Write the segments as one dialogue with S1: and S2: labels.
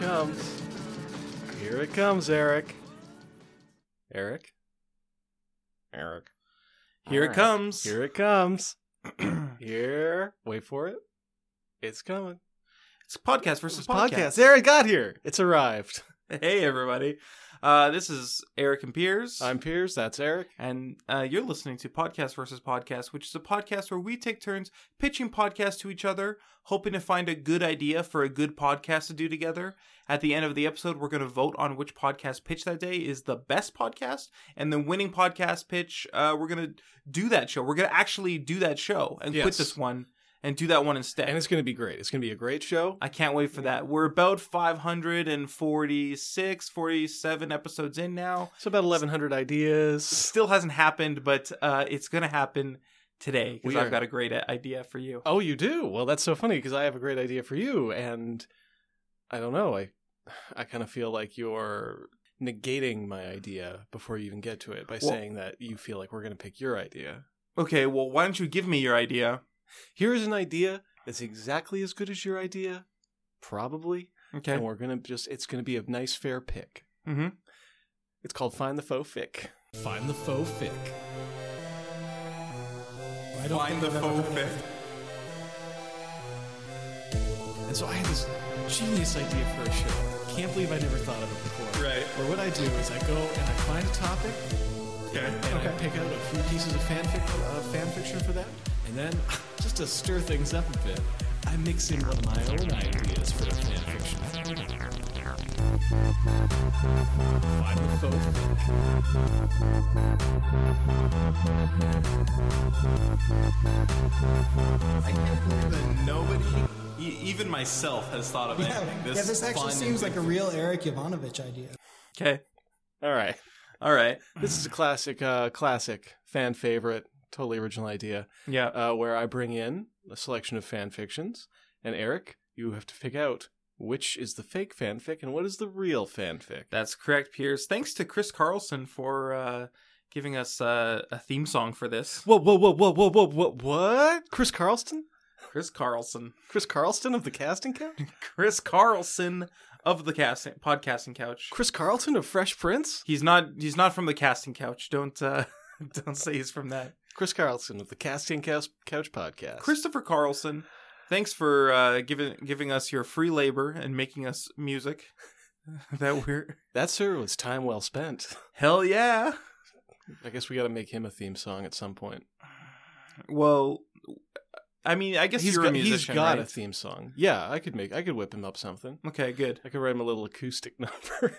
S1: comes. Here it comes, Eric. Eric? Eric.
S2: Here
S3: All
S2: it
S3: right.
S2: comes.
S1: Here it comes. Here. Wait for it. It's coming.
S2: It's podcast versus
S1: It's
S2: podcast.
S1: podcast. There, it got here. It's arrived.
S2: Hey everybody. Uh, this is Eric and Piers.
S1: I'm Piers. That's Eric.
S2: and uh, you're listening to Podcast versus Podcast, which is a podcast where we take turns pitching podcasts to each other, hoping to find a good idea for a good podcast to do together. At the end of the episode, we're going to vote on which podcast pitch that day is the best podcast, and the winning podcast pitch, uh, we're going to do that show. We're going to actually do that show and quit
S1: Yes.
S2: this one and do that one instead.
S1: And it's going to be great. It's going to be a great show.
S2: I can't wait for that. We're about 546, 47 episodes in now.
S1: It's about 1,100 ideas.
S2: Still hasn't happened, but uh, it's going to happen today
S1: We
S2: because I've
S1: are-
S2: got a great i- idea for you.
S1: Oh, you do? Well, that's so funny because I have a great idea for you. And I don't know. I, I kind of feel like you're negating my idea before you even get to it by
S2: Well-
S1: saying that you feel like we're going to pick your idea.
S2: Okay, well, why don't you give me your idea?
S1: here is an idea that's exactly as good as your idea, probably,
S2: Okay.
S1: and we're gonna just it's gonna be a nice fair pick.
S2: Mm-hmm.
S1: It's called Find the Faux Fic. Find the Faux Fic.
S3: I don't think I've ever heard of
S1: And so I had this genius idea for a show. Can't believe I never thought of it before.
S2: Right.
S1: Or what I do is I go and I find a topic
S2: Okay.
S1: and I pick out a few pieces of fan, fic- uh, fan fiction for that, and then just to stir things up a bit, I mix in one of my own ideas for a fan fiction. Find the faux fic.
S2: I can't believe that nobody, e- even myself, has thought of
S3: Yeah,
S2: anything.
S3: yeah, this actually
S2: fun
S3: seems
S2: and-
S3: like a real Eric Ivanovich idea.
S2: Okay.
S1: All right.
S2: All right.
S1: This is a classic, uh, classic fan favorite, totally original idea,
S2: Yeah.
S1: uh, where I bring in a selection of fan fictions, and Eric, you have to pick out which is the fake fanfic and what is the real fanfic.
S2: That's correct, Piers. Thanks to Chris Carlson for uh, giving us uh, a theme song for this.
S1: Whoa, whoa, whoa, whoa, whoa, whoa, whoa, what? Chris Carlston?
S2: Chris Carlson.
S1: Chris Carlston of the casting couch?
S2: Chris Carlson of the casting podcasting couch.
S1: Chris Carlton of Fresh Prince?
S2: He's not he's not from the casting couch. Don't uh don't say he's from that.
S1: Chris Carlson of the Casting Couch, couch Podcast.
S2: Christopher Carlson. Thanks for uh giving giving us your free labor and making us music that we're
S1: that, sir, was time well spent.
S2: Hell yeah.
S1: I guess we gotta make him a theme song at some point.
S2: Well, I mean, I guess
S1: He's
S2: you're a
S1: got-
S2: musician.
S1: he's got a
S2: right?
S1: theme song. Yeah, I could make, I could whip him up something.
S2: Okay, good.
S1: I could write him a little acoustic number.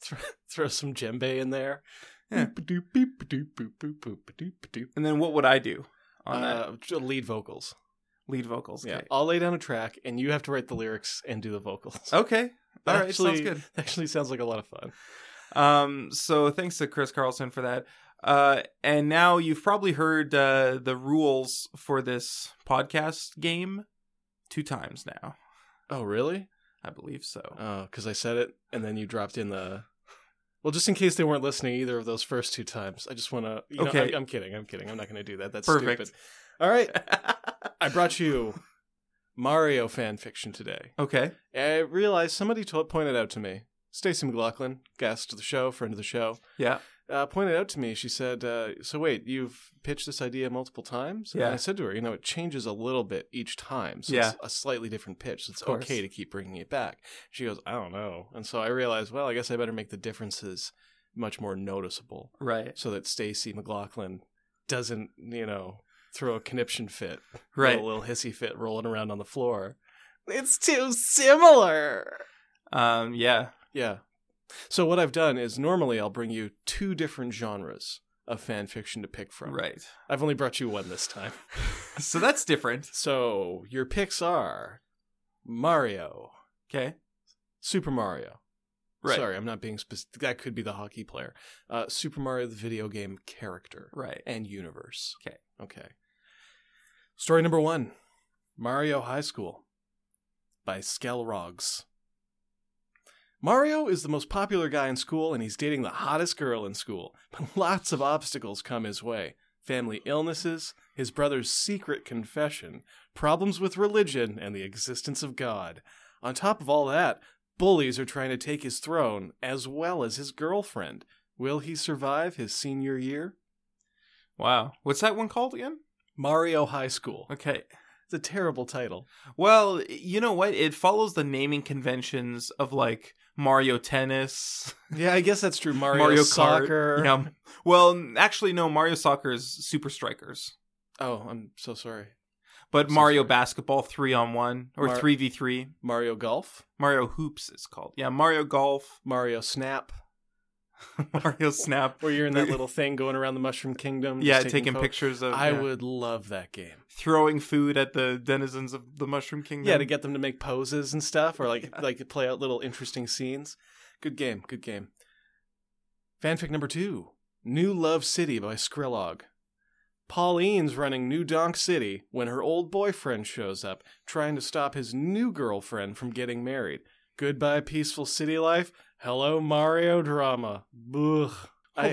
S1: throw, throw some djembe in there.
S2: Yeah.
S1: Boop-a-doop, beep-a-doop, boop-boop, boop-a-doop, boop-a-doop.
S2: And then what would I do on that?
S1: Uh, j- lead vocals.
S2: Lead vocals.
S1: Yeah,
S2: okay.
S1: I'll lay down a track, and you have to write the lyrics and do the vocals.
S2: Okay. Oh, All right.
S1: actually,
S2: Sounds good.
S1: Actually, sounds like a lot of fun.
S2: Um, so thanks to Chris Carlson for that. Uh, and now you've probably heard uh, the rules for this podcast game two times now.
S1: Oh, really?
S2: I believe so.
S1: Oh, because I said it, and then you dropped in the. Well, just in case they weren't listening either of those first two times, I just want to. You
S2: Okay.
S1: know, I, I'm kidding. I'm kidding. I'm not going to do that. That's
S2: Perfect.
S1: stupid. All right, I brought you Mario fan fiction today.
S2: okay.
S1: I realized somebody told, pointed out to me, Stacey McLaughlin, guest of the show, friend of the show,
S2: Yeah.
S1: uh, pointed out to me. She said, uh, "So wait, you've pitched this idea multiple times?" And
S2: Yeah.
S1: I said to her, "You know, it changes a little bit each time, so
S2: Yeah.
S1: it's a slightly different pitch. So it's
S2: course.
S1: okay to keep bringing it back." She goes, "I don't know," and so I realized, well, I guess I better make the differences much more noticeable,
S2: Right.
S1: so that Stacey McLaughlin doesn't, you know, throw a conniption fit
S2: Right.
S1: a little hissy fit rolling around on the floor. It's too similar.
S2: Um, yeah.
S1: Yeah. So what I've done is normally I'll bring you two different genres of fan fiction to pick from.
S2: Right.
S1: I've only brought you one this time.
S2: So that's different.
S1: So your picks are Mario,
S2: Okay.
S1: Super Mario.
S2: Right.
S1: Sorry, I'm not being specific. That could be the hockey player. Uh, Super Mario, the video game character
S2: Right.
S1: and universe.
S2: Okay.
S1: Okay. Story number one Mario High School by Skell Roggs. Mario is the most popular guy in school and he's dating the hottest girl in school, but lots of obstacles come his way family illnesses, his brother's secret confession, problems with religion, and the existence of God. On top of all that, bullies are trying to take his throne as well as his girlfriend. Will he survive his senior year?
S2: Wow. What's that one called again?
S1: Mario High School.
S2: Okay.
S1: It's a terrible title.
S2: Well, you know what? It follows the naming conventions of like Mario Tennis,
S1: Yeah, I guess that's true. Mario,
S2: Mario, Kart.
S1: Soccer.
S2: Yeah. Well, actually, no. Mario Soccer is Super Strikers,
S1: Oh, I'm so sorry.
S2: but
S1: So
S2: Mario
S1: sorry.
S2: Basketball three on one or
S1: Mar-
S2: three v three.
S1: Mario Golf.
S2: Mario Hoops is called. Yeah, Mario Golf,
S1: Mario Snap.
S2: Mario Snap.
S1: Where you're in that little thing going around the Mushroom Kingdom. just
S2: Yeah, taking,
S1: pho-
S2: pictures of.
S1: I
S2: yeah,
S1: would love that game.
S2: throwing food at the denizens of the Mushroom Kingdom.
S1: Yeah, to get them to make poses and stuff, or like like play out little interesting scenes. Good game, good game. Fanfic number two: New Love City by Skrillog. Pauline's running New Donk City when her old boyfriend shows up, trying to stop his new girlfriend from getting married. Goodbye, peaceful city life. Hello, Mario drama. Bugh.
S2: Hold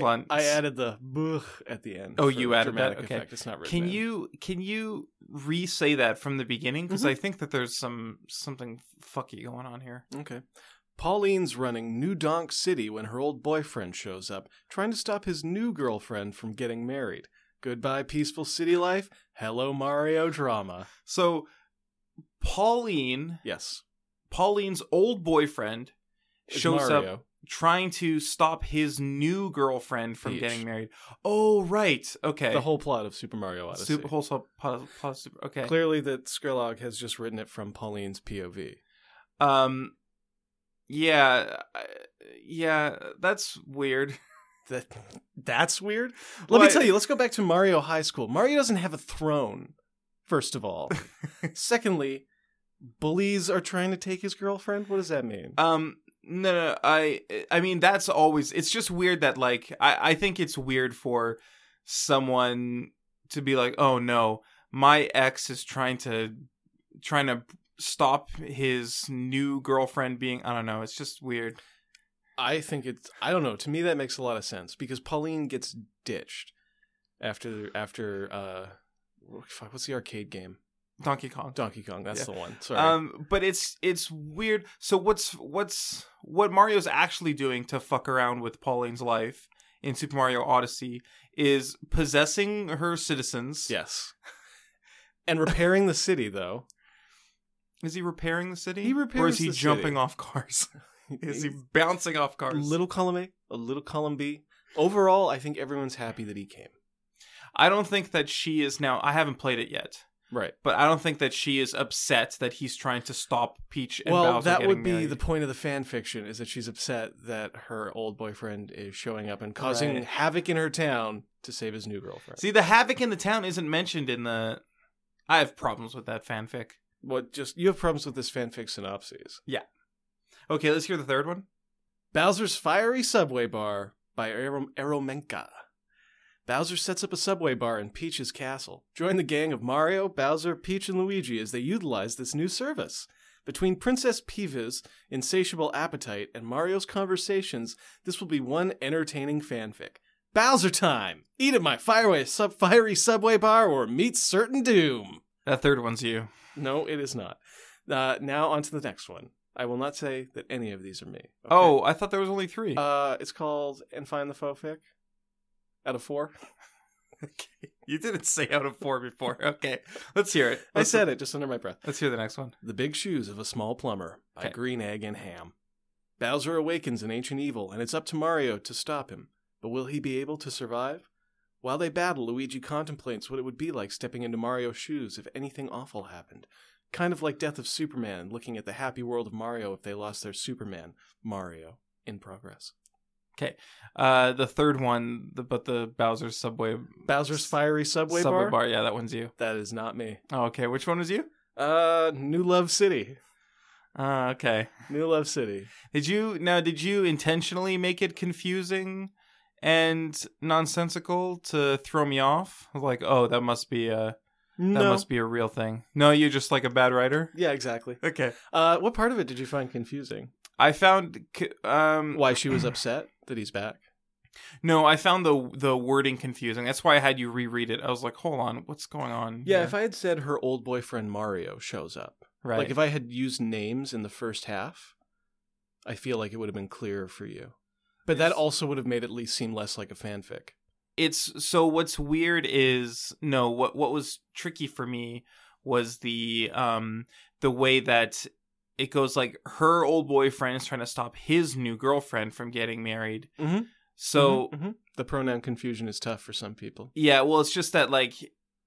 S1: I,
S2: on.
S1: I added the bugh at the end. for
S2: Oh, you added that?
S1: dramatic
S2: Okay.
S1: Effect. It's not written
S2: Can
S1: in.
S2: you can you re say that from the beginning? Because I think that there's some something fucky going on here.
S1: Okay. Pauline's running New Donk City when her old boyfriend shows up, trying to stop his new girlfriend from getting married. Goodbye, peaceful city life. Hello, Mario drama.
S2: So Pauline,
S1: Yes.
S2: Pauline's old boyfriend,
S1: it's
S2: shows
S1: Mario.
S2: up trying to stop his new girlfriend from
S1: Peach.
S2: getting married. Oh right, okay.
S1: The whole plot of Super Mario Odyssey.
S2: Super, whole sub- pos- pos- super- okay.
S1: Clearly, that Skrillex has just written it from Pauline's POV.
S2: Um, yeah, I- yeah, that's weird.
S1: That that's weird. Let
S2: Why-
S1: me tell you. Let's go back to Mario High School. Mario doesn't have a throne. First of all. Secondly, bullies are trying to take his girlfriend. What does that mean?
S2: Um, no, no, I, I mean, that's always. It's just weird that like I, I think it's weird for someone to be like, oh no, my ex is trying to, trying to stop his new girlfriend being. I don't know. It's just weird.
S1: I think it's I don't know. To me, that makes a lot of sense because Pauline gets ditched after after uh, fuck, what's the arcade game?
S2: Donkey Kong.
S1: Donkey Kong. That's
S2: Yeah.
S1: the one. Sorry.
S2: Um, but it's it's weird. So what's what's what Mario's actually doing to fuck around with Pauline's life in Super Mario Odyssey is possessing her citizens.
S1: yes. And repairing the city though.
S2: Is he repairing the city?
S1: He
S2: Or
S1: repairs
S2: is he
S1: the
S2: jumping
S1: city.
S2: off cars? is he bouncing off
S1: a
S2: cars?
S1: little column A, a little column B? Overall, I think everyone's happy that he came.
S2: I don't think that she is now. I haven't played it yet,
S1: Right.
S2: but I don't think that she is upset that he's trying to stop Peach and
S1: well,
S2: Bowser
S1: that
S2: getting
S1: would be
S2: married.
S1: the point of the fan fiction is that she's upset that her old boyfriend is showing up and causing
S2: Right.
S1: havoc in her town to save his new girlfriend.
S2: See, the havoc in the town isn't mentioned in the. I have problems with that fanfic.
S1: what just you have problems with this fanfic synopses.
S2: Okay, let's hear the third one.
S1: Bowser's Fiery Subway Bar by Aero- Aeromenka. Bowser sets up a subway bar in Peach's castle. Join the gang of Mario, Bowser, Peach, and Luigi as they utilize this new service. Between Princess Peeva's insatiable appetite and Mario's conversations, this will be one entertaining fanfic. Bowser time! Eat at my fireway sub- fiery subway bar or meet certain doom!
S2: That third one's you.
S1: No, it is not. Uh, now on to the next one. I will not say that any of these are me. okay?
S2: Oh, I thought there was only three.
S1: Uh, it's called And Find the Fofic. Out of four,
S2: you didn't say out of four before. Okay, let's hear it.
S1: I
S2: Let's-
S1: said it just under my breath.
S2: Let's hear the next one.
S1: The Big Shoes of a Small Plumber by
S2: Okay.
S1: Green Egg and Ham. Bowser awakens an ancient evil, and it's up to Mario to stop him. But will he be able to survive? While they battle, Luigi contemplates what it would be like stepping into Mario's shoes if anything awful happened. Kind of like Death of Superman, looking at the happy world of Mario if they lost their Superman, Mario, in progress.
S2: Uh, the third one, the, but the Bowser subway
S1: Bowser's Fiery Subway, bar?
S2: Yeah, that one's you.
S1: That is not me.
S2: Oh, okay, which one was you?
S1: Uh, New Love City.
S2: Uh, okay.
S1: New Love City.
S2: Did you now? Did you intentionally make it confusing and nonsensical to throw me off? Like, oh, that must be a that
S1: No.
S2: must be a real thing. No, you're just like a bad writer.
S1: yeah, exactly.
S2: Okay.
S1: Uh, what part of it did you find confusing?
S2: I found c- um
S1: Why she was upset that he's back?
S2: No, I found the the wording confusing. That's why I had you reread it. I was like, hold on, what's going on?
S1: Yeah,
S2: here?
S1: if I had said her old boyfriend Mario shows up,
S2: Right.
S1: Like if I had used names in the first half, I feel like it would have been clearer for you. But that
S2: It's-
S1: also would have made it at least seem less like a fanfic.
S2: it's so what's weird is no what what was tricky for me was the um the way that it goes like her old boyfriend is trying to stop his new girlfriend from getting married
S1: Mhm.
S2: so
S1: Mhm, mhm. the pronoun confusion is tough for some people,
S2: yeah well it's just that like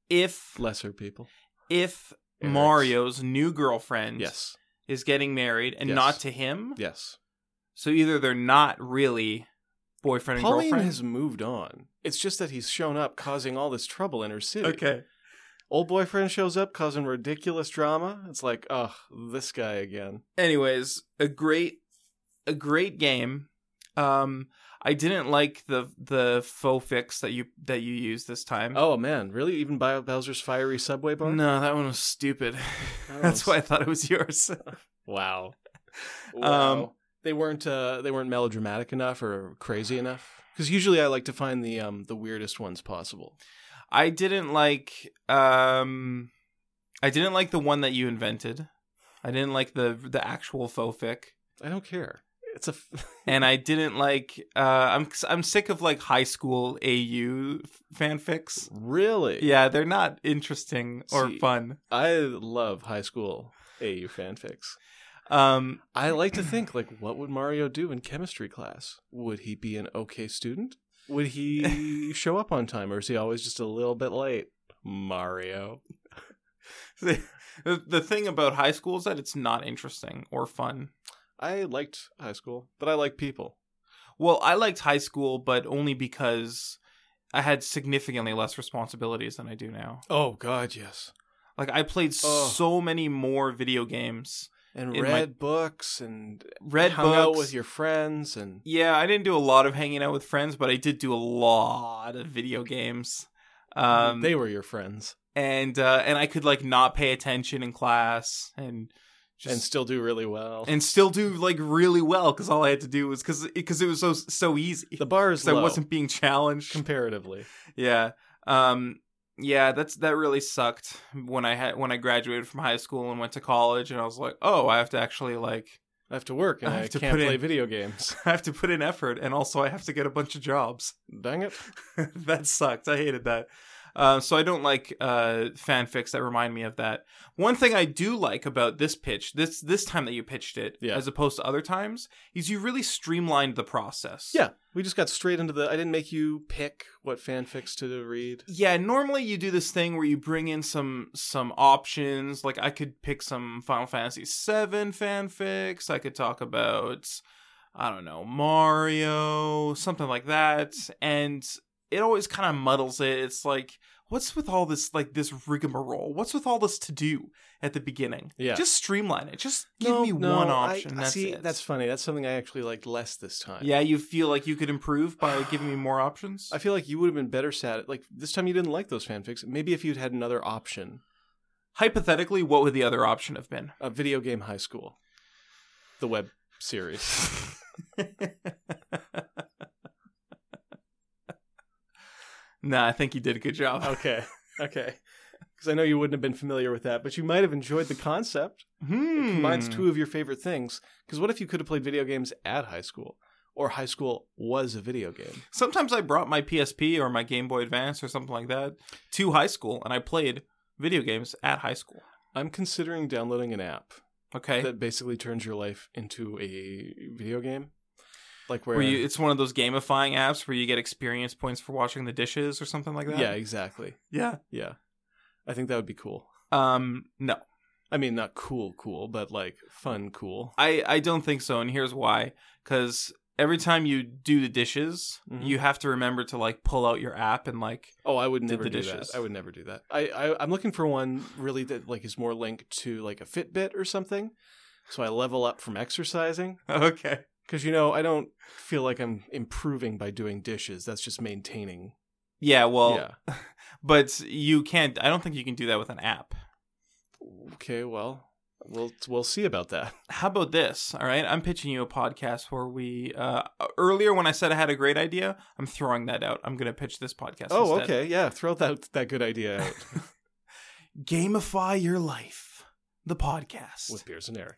S2: if
S1: lesser people.
S2: if
S1: Eric's.
S2: mario's new girlfriend
S1: Yes,
S2: is getting married and
S1: Yes.
S2: not to him
S1: yes.
S2: so either they're not really boyfriend and
S1: Pauline
S2: girlfriend
S1: has moved on. It's just that he's shown up causing all this trouble in her city. Old boyfriend shows up causing ridiculous drama. It's like, ugh, this guy again.
S2: anyways a great a great game um i didn't like the the faux fix that you that you used this time
S1: Oh man, really? Even Bio Bowser's fiery subway bar?
S2: no that one was stupid
S1: That
S2: that's
S1: was-
S2: why i thought it was yours
S1: Wow.
S2: Wow.
S1: they weren't uh, they weren't melodramatic enough or crazy enough. Because usually I like to find the um, the weirdest ones possible.
S2: i didn't like um i didn't like the one that you invented i didn't like the the actual faux fic
S1: I don't care. It's a f-
S2: and i didn't like uh i'm i'm sick of like high school au fanfics
S1: really.
S2: yeah they're not interesting or
S1: See,
S2: fun
S1: I love high school AU fanfics.
S2: um
S1: I like to think like, what would Mario do in chemistry class? Would he be an okay student? Would he show up on time, or is he always just a little bit late? Mario.
S2: the, the thing about high school is that it's not interesting or fun.
S1: I liked high school, but I like people.
S2: Well, I liked high school, but only because I had significantly less responsibilities than I do now.
S1: Oh God, yes.
S2: Like I played
S1: Ugh.
S2: so many more video games,
S1: And
S2: In my-
S1: read books and
S2: read
S1: hung
S2: books.
S1: out with your friends and
S2: yeah, I didn't do a lot of hanging out with friends, but I did do a lot of video games. Um,
S1: they were your friends
S2: and uh, and I could like not pay attention in class and just
S1: and still do really well.
S2: and still do like really well because all I had to do was because because it was so so easy.
S1: the bar is
S2: so
S1: low
S2: I wasn't being challenged.
S1: comparatively.
S2: Yeah. Um yeah, that's that really sucked when I had when I graduated from high school and went to college and I was like, "Oh, I have to actually like
S1: I have to work and
S2: I
S1: I,
S2: have to
S1: can't
S2: put
S1: play
S2: in-
S1: video games.
S2: I have to put in effort and also I have to get a bunch of jobs."
S1: Dang it!
S2: that sucked. I hated that. Uh, so I don't like uh, fanfics that remind me of that. One thing I do like about this pitch, this this time that you pitched it,
S1: Yeah.
S2: as opposed to other times, is you really streamlined the process.
S1: Yeah, we just got straight into the. I didn't make you pick what fanfics to read.
S2: yeah normally you do this thing where you bring in some some options like i could pick some final fantasy 7 fanfics i could talk about i don't know mario something like that and it always kind of muddles it it's like what's with all this like this rigmarole what's with all this to do at the beginning
S1: Yeah.
S2: just streamline it just give
S1: No,
S2: me
S1: no,
S2: one
S1: I-
S2: option that's
S1: see,
S2: it
S1: that's funny. That's something I actually liked less this time.
S2: yeah you feel like you could improve by giving me more options
S1: I feel like you would have been better sat. Like this time, you didn't like those fanfics. Maybe if you'd had another option,
S2: hypothetically what would the other option have been
S1: a video game high school, the web series.
S2: nah, I think you did a good job.
S1: okay, okay. Because I know you wouldn't have been familiar with that, but you might have enjoyed the concept.
S2: Hmm.
S1: Combines two of your favorite things. Because what if you could have played video games at high school, or high school was a video game?
S2: Sometimes I brought my PSP or my Game Boy Advance or something like that to high school, and I played video games at high school.
S1: I'm considering downloading an app
S2: Okay,
S1: that basically turns your life into a video game, like where,
S2: where you, it's one of those gamifying apps where you get experience points for washing the dishes or something like that.
S1: yeah, exactly,
S2: yeah.
S1: yeah. I think that would be cool.
S2: Um, no,
S1: I mean, not cool, cool, but like fun, cool.
S2: I I don't think so, and here's why: because every time you do the dishes,
S1: Mhm.
S2: you have to remember to like pull out your app and like
S1: Oh, I would
S2: Did
S1: never
S2: the
S1: do
S2: dishes.
S1: that. I would never do that. I, I I'm looking for one really that like is more linked to like a Fitbit or something, so I level up from exercising.
S2: okay.
S1: Because you know, I don't feel like I'm improving by doing dishes. That's just maintaining.
S2: Yeah, well,
S1: yeah.
S2: but you can't. I don't think you can do that with an app.
S1: Okay. Well, we'll we'll see about that.
S2: How about this? All right, I'm pitching you a podcast where we. Uh, earlier, when I said I had a great idea, I'm throwing that out. I'm gonna pitch this podcast.
S1: oh,
S2: instead.
S1: okay. Yeah. Throw that that good idea out.
S2: Gamify your life. the podcast.
S1: with Piers and Eric.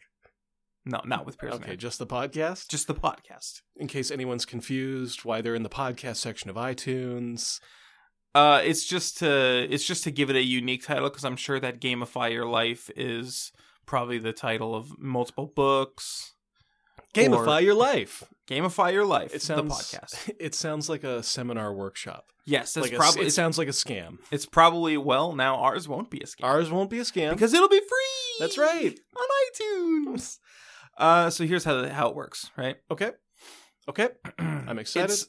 S2: no, not with Pearson.
S1: okay, just the podcast.
S2: just the podcast.
S1: in case anyone's confused why they're in the podcast section of iTunes.
S2: Uh, it's just to it's just to give it a unique title because I'm sure that "Gamify Your Life" is probably the title of multiple books.
S1: Gamify your life.
S2: "Gamify Your Life,"
S1: It sounds
S2: the podcast.
S1: It sounds like a seminar workshop.
S2: Yes, it's
S1: Like a-
S2: probably
S1: it
S2: it's,
S1: sounds like a scam.
S2: it's probably well now ours won't be a scam
S1: Ours won't be a scam.
S2: because it'll be free.
S1: That's right.
S2: on iTunes. Uh, so here's how the, how it works, right?
S1: okay. Okay. I'm excited.
S2: It's-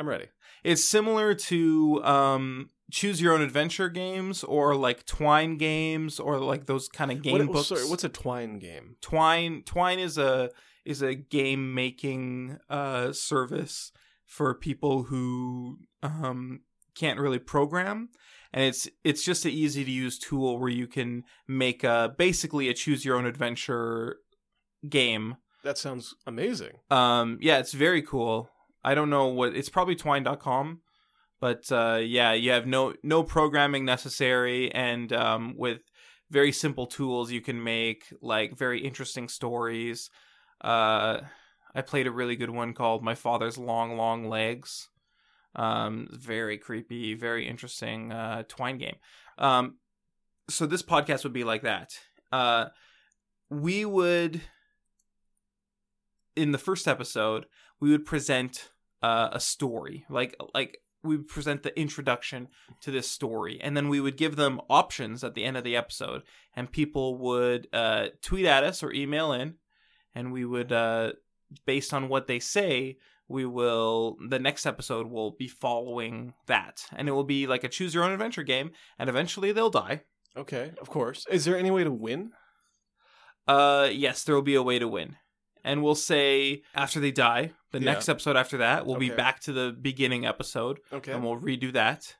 S1: I'm ready.
S2: It's similar to um, choose your own adventure games or like Twine games or like those kind of game
S1: What- oh,
S2: books.
S1: Sorry, what's a twine game?
S2: Twine? Twine is a is a game making uh, service for people who um, can't really program, and it's it's just an easy to use tool where you can make a basically a choose your own adventure game
S1: That sounds amazing.
S2: um yeah it's very cool i don't know what it's probably twine.com but uh yeah you have no no programming necessary and um with very simple tools you can make like very interesting stories uh i played a really good one called my father's long long legs um very creepy very interesting uh twine game um so this podcast would be like that uh we would in the first episode we would present uh, a story like like we would present the introduction to this story and then we would give them options at the end of the episode and people would uh, tweet at us or email in and we would uh, based on what they say we will the next episode will be following that and it will be like a choose your own adventure game and eventually they'll die
S1: Okay, of course. Is there any way to win?
S2: Uh, yes, there will be a way to win. And we'll say after they die, the
S1: Yeah.
S2: next episode after that, we'll be
S1: Okay.
S2: back to the beginning episode
S1: Okay.
S2: and we'll redo that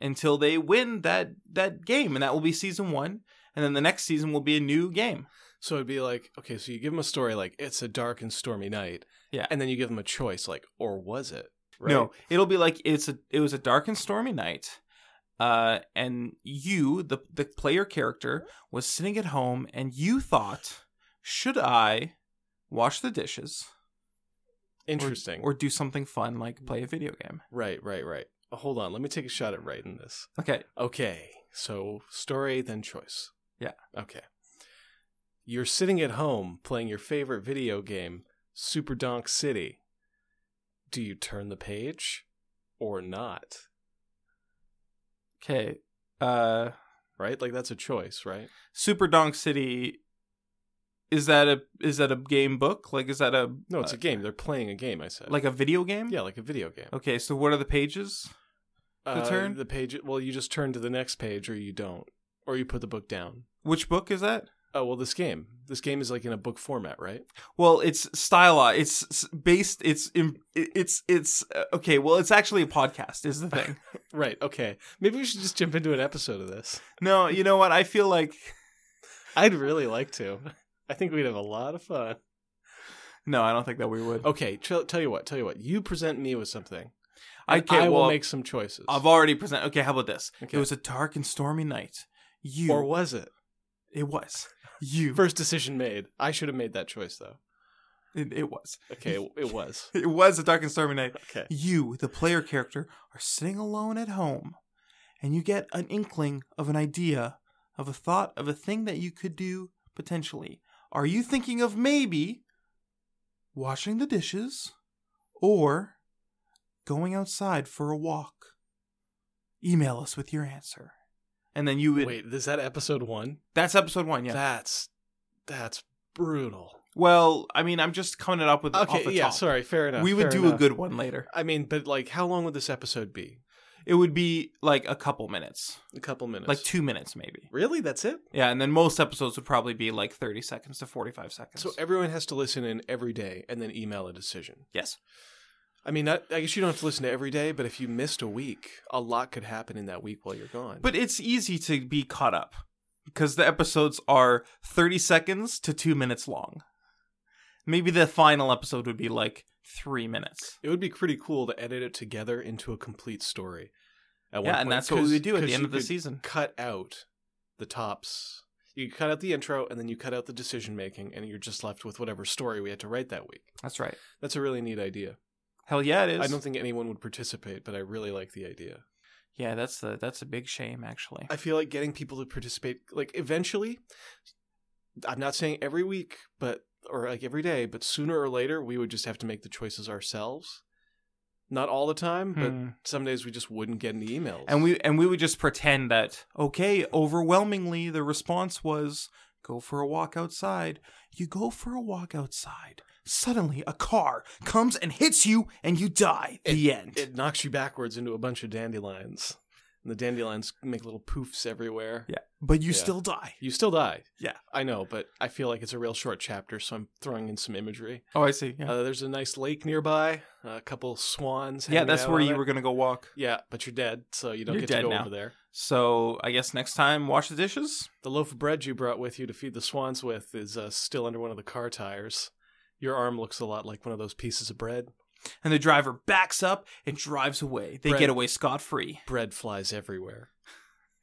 S2: until they win that that game and that will be season 1 and then the next season will be a new game.
S1: So it'd be like, okay, so you give them a story like it's a dark and stormy night.
S2: Yeah.
S1: And then you give them a choice like or was it?
S2: No, it'll be like it's a it was a dark and stormy night. Uh, and you, the the player character, was sitting at home, and you thought, should I wash the dishes or-
S1: Interesting.
S2: or do something fun like play a video game?
S1: Right, right, right. Hold on, let me take a shot at writing this.
S2: Okay,
S1: Okay, so story, then choice.
S2: Yeah.
S1: Okay. You're sitting at home playing your favorite video game, Super Donk City. Do you turn the page or not?
S2: Okay. Uh
S1: Right? Like, that's a choice, right?
S2: Super Donk City is that a is that a game book? Like is that a
S1: No, it's
S2: uh,
S1: a game. They're playing a game, I said.
S2: like a video game?
S1: yeah, like a video game.
S2: Okay, so what are the pages? the
S1: Uh,
S2: turn?
S1: The page, well, you just turn to the next page or you don't. Or you put the book down.
S2: Which book is that?
S1: Oh, well, this game. This game is like in a book format, right?
S2: Well, it's stylized. It's s- based it's im- it's it's uh, okay, well it's actually a podcast is the thing.
S1: Right, okay. Maybe we should just jump into an episode of this.
S2: no, you know what? I feel like
S1: I'd really like to. I think we'd have a lot of fun.
S2: no, I don't think that we would.
S1: Okay, tell tell you what, tell you what. You present me with something.
S2: I
S1: Okay,
S2: can't
S1: I will
S2: well,
S1: make some choices.
S2: I've already presented. Okay, how about this?
S1: Okay.
S2: It was a dark and stormy night. You
S1: or was it?
S2: it was. You
S1: First decision made. I should have made that choice though.
S2: it, it was.
S1: Okay, it- it was.
S2: It was a dark and stormy night.
S1: Okay.
S2: You, the player character, are sitting alone at home, and you get an inkling of an idea, of a thought, of a thing that you could do potentially. Are you thinking of maybe washing the dishes or going outside for a walk? Email us with your answer. And then you would.
S1: Wait, is that episode 1?
S2: That's episode one, yeah.
S1: That's that's brutal.
S2: well, I mean, I'm just coming it up with. off
S1: Okay,
S2: the
S1: yeah,
S2: top.
S1: sorry, fair enough.
S2: we would
S1: fair
S2: do a
S1: enough.
S2: good one later.
S1: I mean, but like how long would this episode be?
S2: It would be like a couple minutes,
S1: A couple minutes.
S2: like two minutes maybe.
S1: Really? That's it?
S2: Yeah, and then most episodes would probably be like 30 seconds to 45 seconds.
S1: So everyone has to listen in every day and then email a decision.
S2: yes.
S1: I mean, not, I guess you don't have to listen to every day, but if you missed a week, a lot could happen in that week while you're gone.
S2: But it's easy to be caught up because the episodes are 30 seconds to 2 minutes long. Maybe the final episode would be like 3 minutes.
S1: It would be pretty cool to edit it together into a complete story. At
S2: yeah, and that's what we would do at the end of the season.
S1: Cut out the tops. You cut out the intro and then you cut out the decision making, and you're just left with whatever story we had to write that week.
S2: That's right.
S1: That's a really neat idea.
S2: Hell yeah, it is.
S1: I don't think anyone would participate, but I really like the idea.
S2: yeah, that's the that's a big shame actually.
S1: I feel like getting people to participate, like eventually, I'm not saying every week, but or like every day, but sooner or later, we would just have to make the choices ourselves. Not all the time, but
S2: Hmm.
S1: some days we just wouldn't get any emails.
S2: And we and we would just pretend that okay, overwhelmingly the response was go for a walk outside. You go for a walk outside. Suddenly a car comes and hits you and you die. the end.
S1: it knocks you backwards into a bunch of dandelions, and the dandelions make little poofs everywhere.
S2: yeah. But you
S1: Yeah.
S2: still die.
S1: You still die.
S2: Yeah.
S1: I know, but I feel like it's a real short chapter, so I'm throwing in some imagery.
S2: Oh, I see. Yeah,
S1: Uh, there's a nice lake nearby, a couple swans.
S2: yeah
S1: hanging
S2: that's
S1: out
S2: where
S1: on
S2: you
S1: it.
S2: were going to go walk.
S1: Yeah, but you're dead, so you don't
S2: You're
S1: get to
S2: dead
S1: go
S2: now.
S1: over there.
S2: So, I guess next time wash the dishes.
S1: The loaf of bread you brought with you to feed the swans with is uh, still under one of the car tires. Your arm looks a lot like one of those pieces of bread.
S2: And the driver backs up and drives away. They
S1: Brett.
S2: get away scot free.
S1: Bread flies everywhere.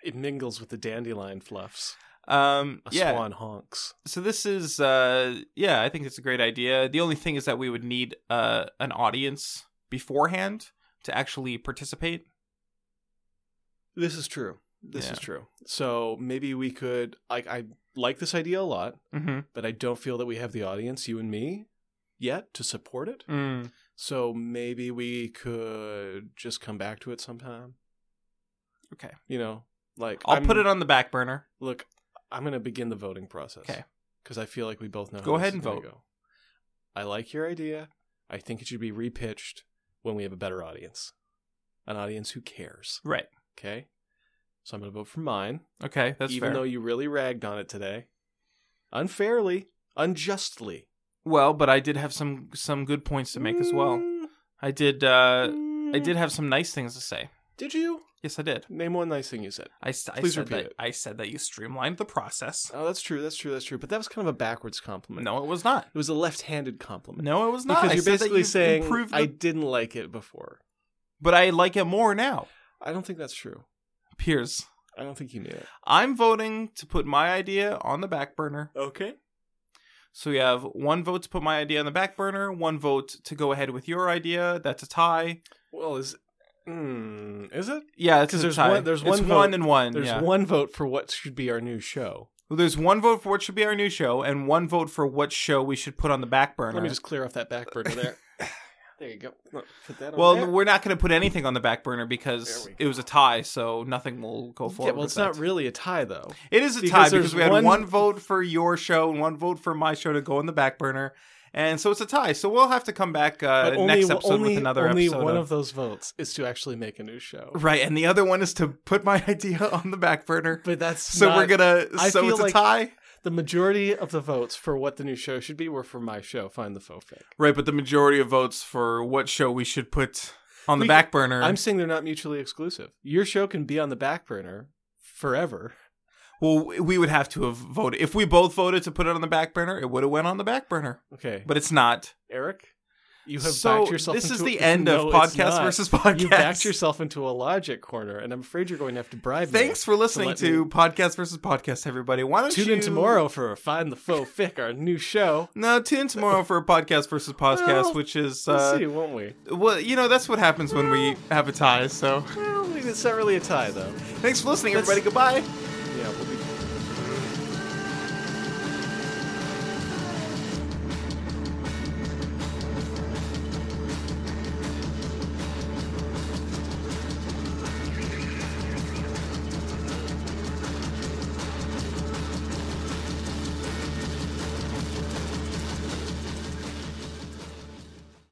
S1: It mingles with the dandelion fluffs.
S2: Um,
S1: A
S2: yeah.
S1: swan honks.
S2: so this is uh yeah i think it's a great idea the only thing is that we would need uh an audience beforehand to actually participate
S1: This is true. This
S2: Yeah.
S1: is true. So maybe we could. I, I like this idea a lot,
S2: mm-hmm.
S1: but I don't feel that we have the audience, you and me, yet to support it.
S2: mm.
S1: So maybe we could just come back to it sometime.
S2: Okay.
S1: You know, like
S2: i'll
S1: I'm-
S2: put it on the back burner
S1: Look, I'm going to begin the voting process.
S2: Okay.
S1: Because I feel like we both know.
S2: Go
S1: how this
S2: ahead
S1: is
S2: and
S1: gonna
S2: vote.
S1: Go. I like your idea. I think it should be repitched when we have a better audience, an audience who cares.
S2: right
S1: Okay. So I'm going to vote for mine,
S2: okay that's
S1: even
S2: fair
S1: though you really ragged on it today, unfairly, unjustly.
S2: well but i did have some some good points to make as well
S1: Mm,
S2: i did uh i
S1: mm.
S2: did have some nice things to say
S1: Did you
S2: yes i did
S1: name one nice thing you said?
S2: i, s- I
S1: Please
S2: said
S1: repeat
S2: that
S1: it.
S2: i said that you streamlined the process
S1: Oh, that's true. That's true. That's true. But that was kind of a backwards compliment.
S2: no it was not
S1: it was a left-handed compliment.
S2: no it was not
S1: because
S2: I
S1: you're
S2: said that
S1: basically
S2: you've
S1: saying
S2: improved the-
S1: I didn't like it before.
S2: but i like it more now
S1: I don't think that's true.
S2: piers
S1: I don't think you knew it.
S2: I'm voting to put my idea on the back burner.
S1: Okay.
S2: So we have one vote to put my idea on the back burner, one vote to go ahead with your idea. That's a tie.
S1: Well, is mm, is it?
S2: Yeah, it's
S1: 'Cause
S2: a
S1: there's
S2: tie.
S1: one- there's
S2: It's
S1: one vote.
S2: one and one.
S1: There's
S2: yeah.
S1: one vote for what should be our new show.
S2: Well, there's one vote for what should be our new show, and one vote for what show we should put on the back burner.
S1: Let me just clear off that back burner there. there you go. Look, Put that on.
S2: well,
S1: there.
S2: we're not going to put anything on the back burner
S1: There
S2: because
S1: we go.
S2: it was a tie, so nothing will go forward.
S1: yeah, well,
S2: with
S1: it's
S2: that.
S1: not really a tie though.
S2: It is a
S1: Because
S2: tie
S1: there's
S2: because we had
S1: one-
S2: one... vote for your show and one vote for my show to go on the back burner, and so it's a tie. So we'll have to come back uh,
S1: But only,
S2: next episode
S1: only,
S2: with another
S1: only
S2: episode.
S1: one
S2: of-
S1: of those votes is to actually make a new show.
S2: Right, and the other one is to put my idea on the back burner.
S1: But that's
S2: So
S1: not-
S2: we're gonna.
S1: I
S2: so
S1: feel
S2: it's
S1: like-
S2: a tie.
S1: the majority of the votes for what the new show should be were for my show, Find the Faux Fake.
S2: Right, but the majority of votes for what show we should put on
S1: We-
S2: the back burner.
S1: I'm saying they're not mutually exclusive. Your show can be on the back burner forever.
S2: Well, we would have to have voted if we both voted to put it on the back burner. It would have went on the back burner,
S1: Okay,
S2: but it's not.
S1: Eric, you have
S2: so
S1: backed yourself.
S2: this
S1: into
S2: is the
S1: a-
S2: end
S1: No,
S2: of
S1: it's
S2: podcast
S1: not.
S2: versus podcast.
S1: You backed yourself into a logic corner, and I'm afraid you're going to have to bribe me.
S2: Thanks for listening
S1: let
S2: to, Podcast versus Podcast, everybody. Why don't
S1: Tune
S2: you
S1: in tomorrow for Find the Faux Fic, our new show.
S2: No, tune in tomorrow for Podcast versus Podcast,
S1: Well,
S2: which is
S1: We'll
S2: uh,
S1: see, won't we?
S2: well, you know, that's what happens when we have a tie. So,
S1: Well, it's not really a tie, though.
S2: thanks for listening, everybody. Goodbye.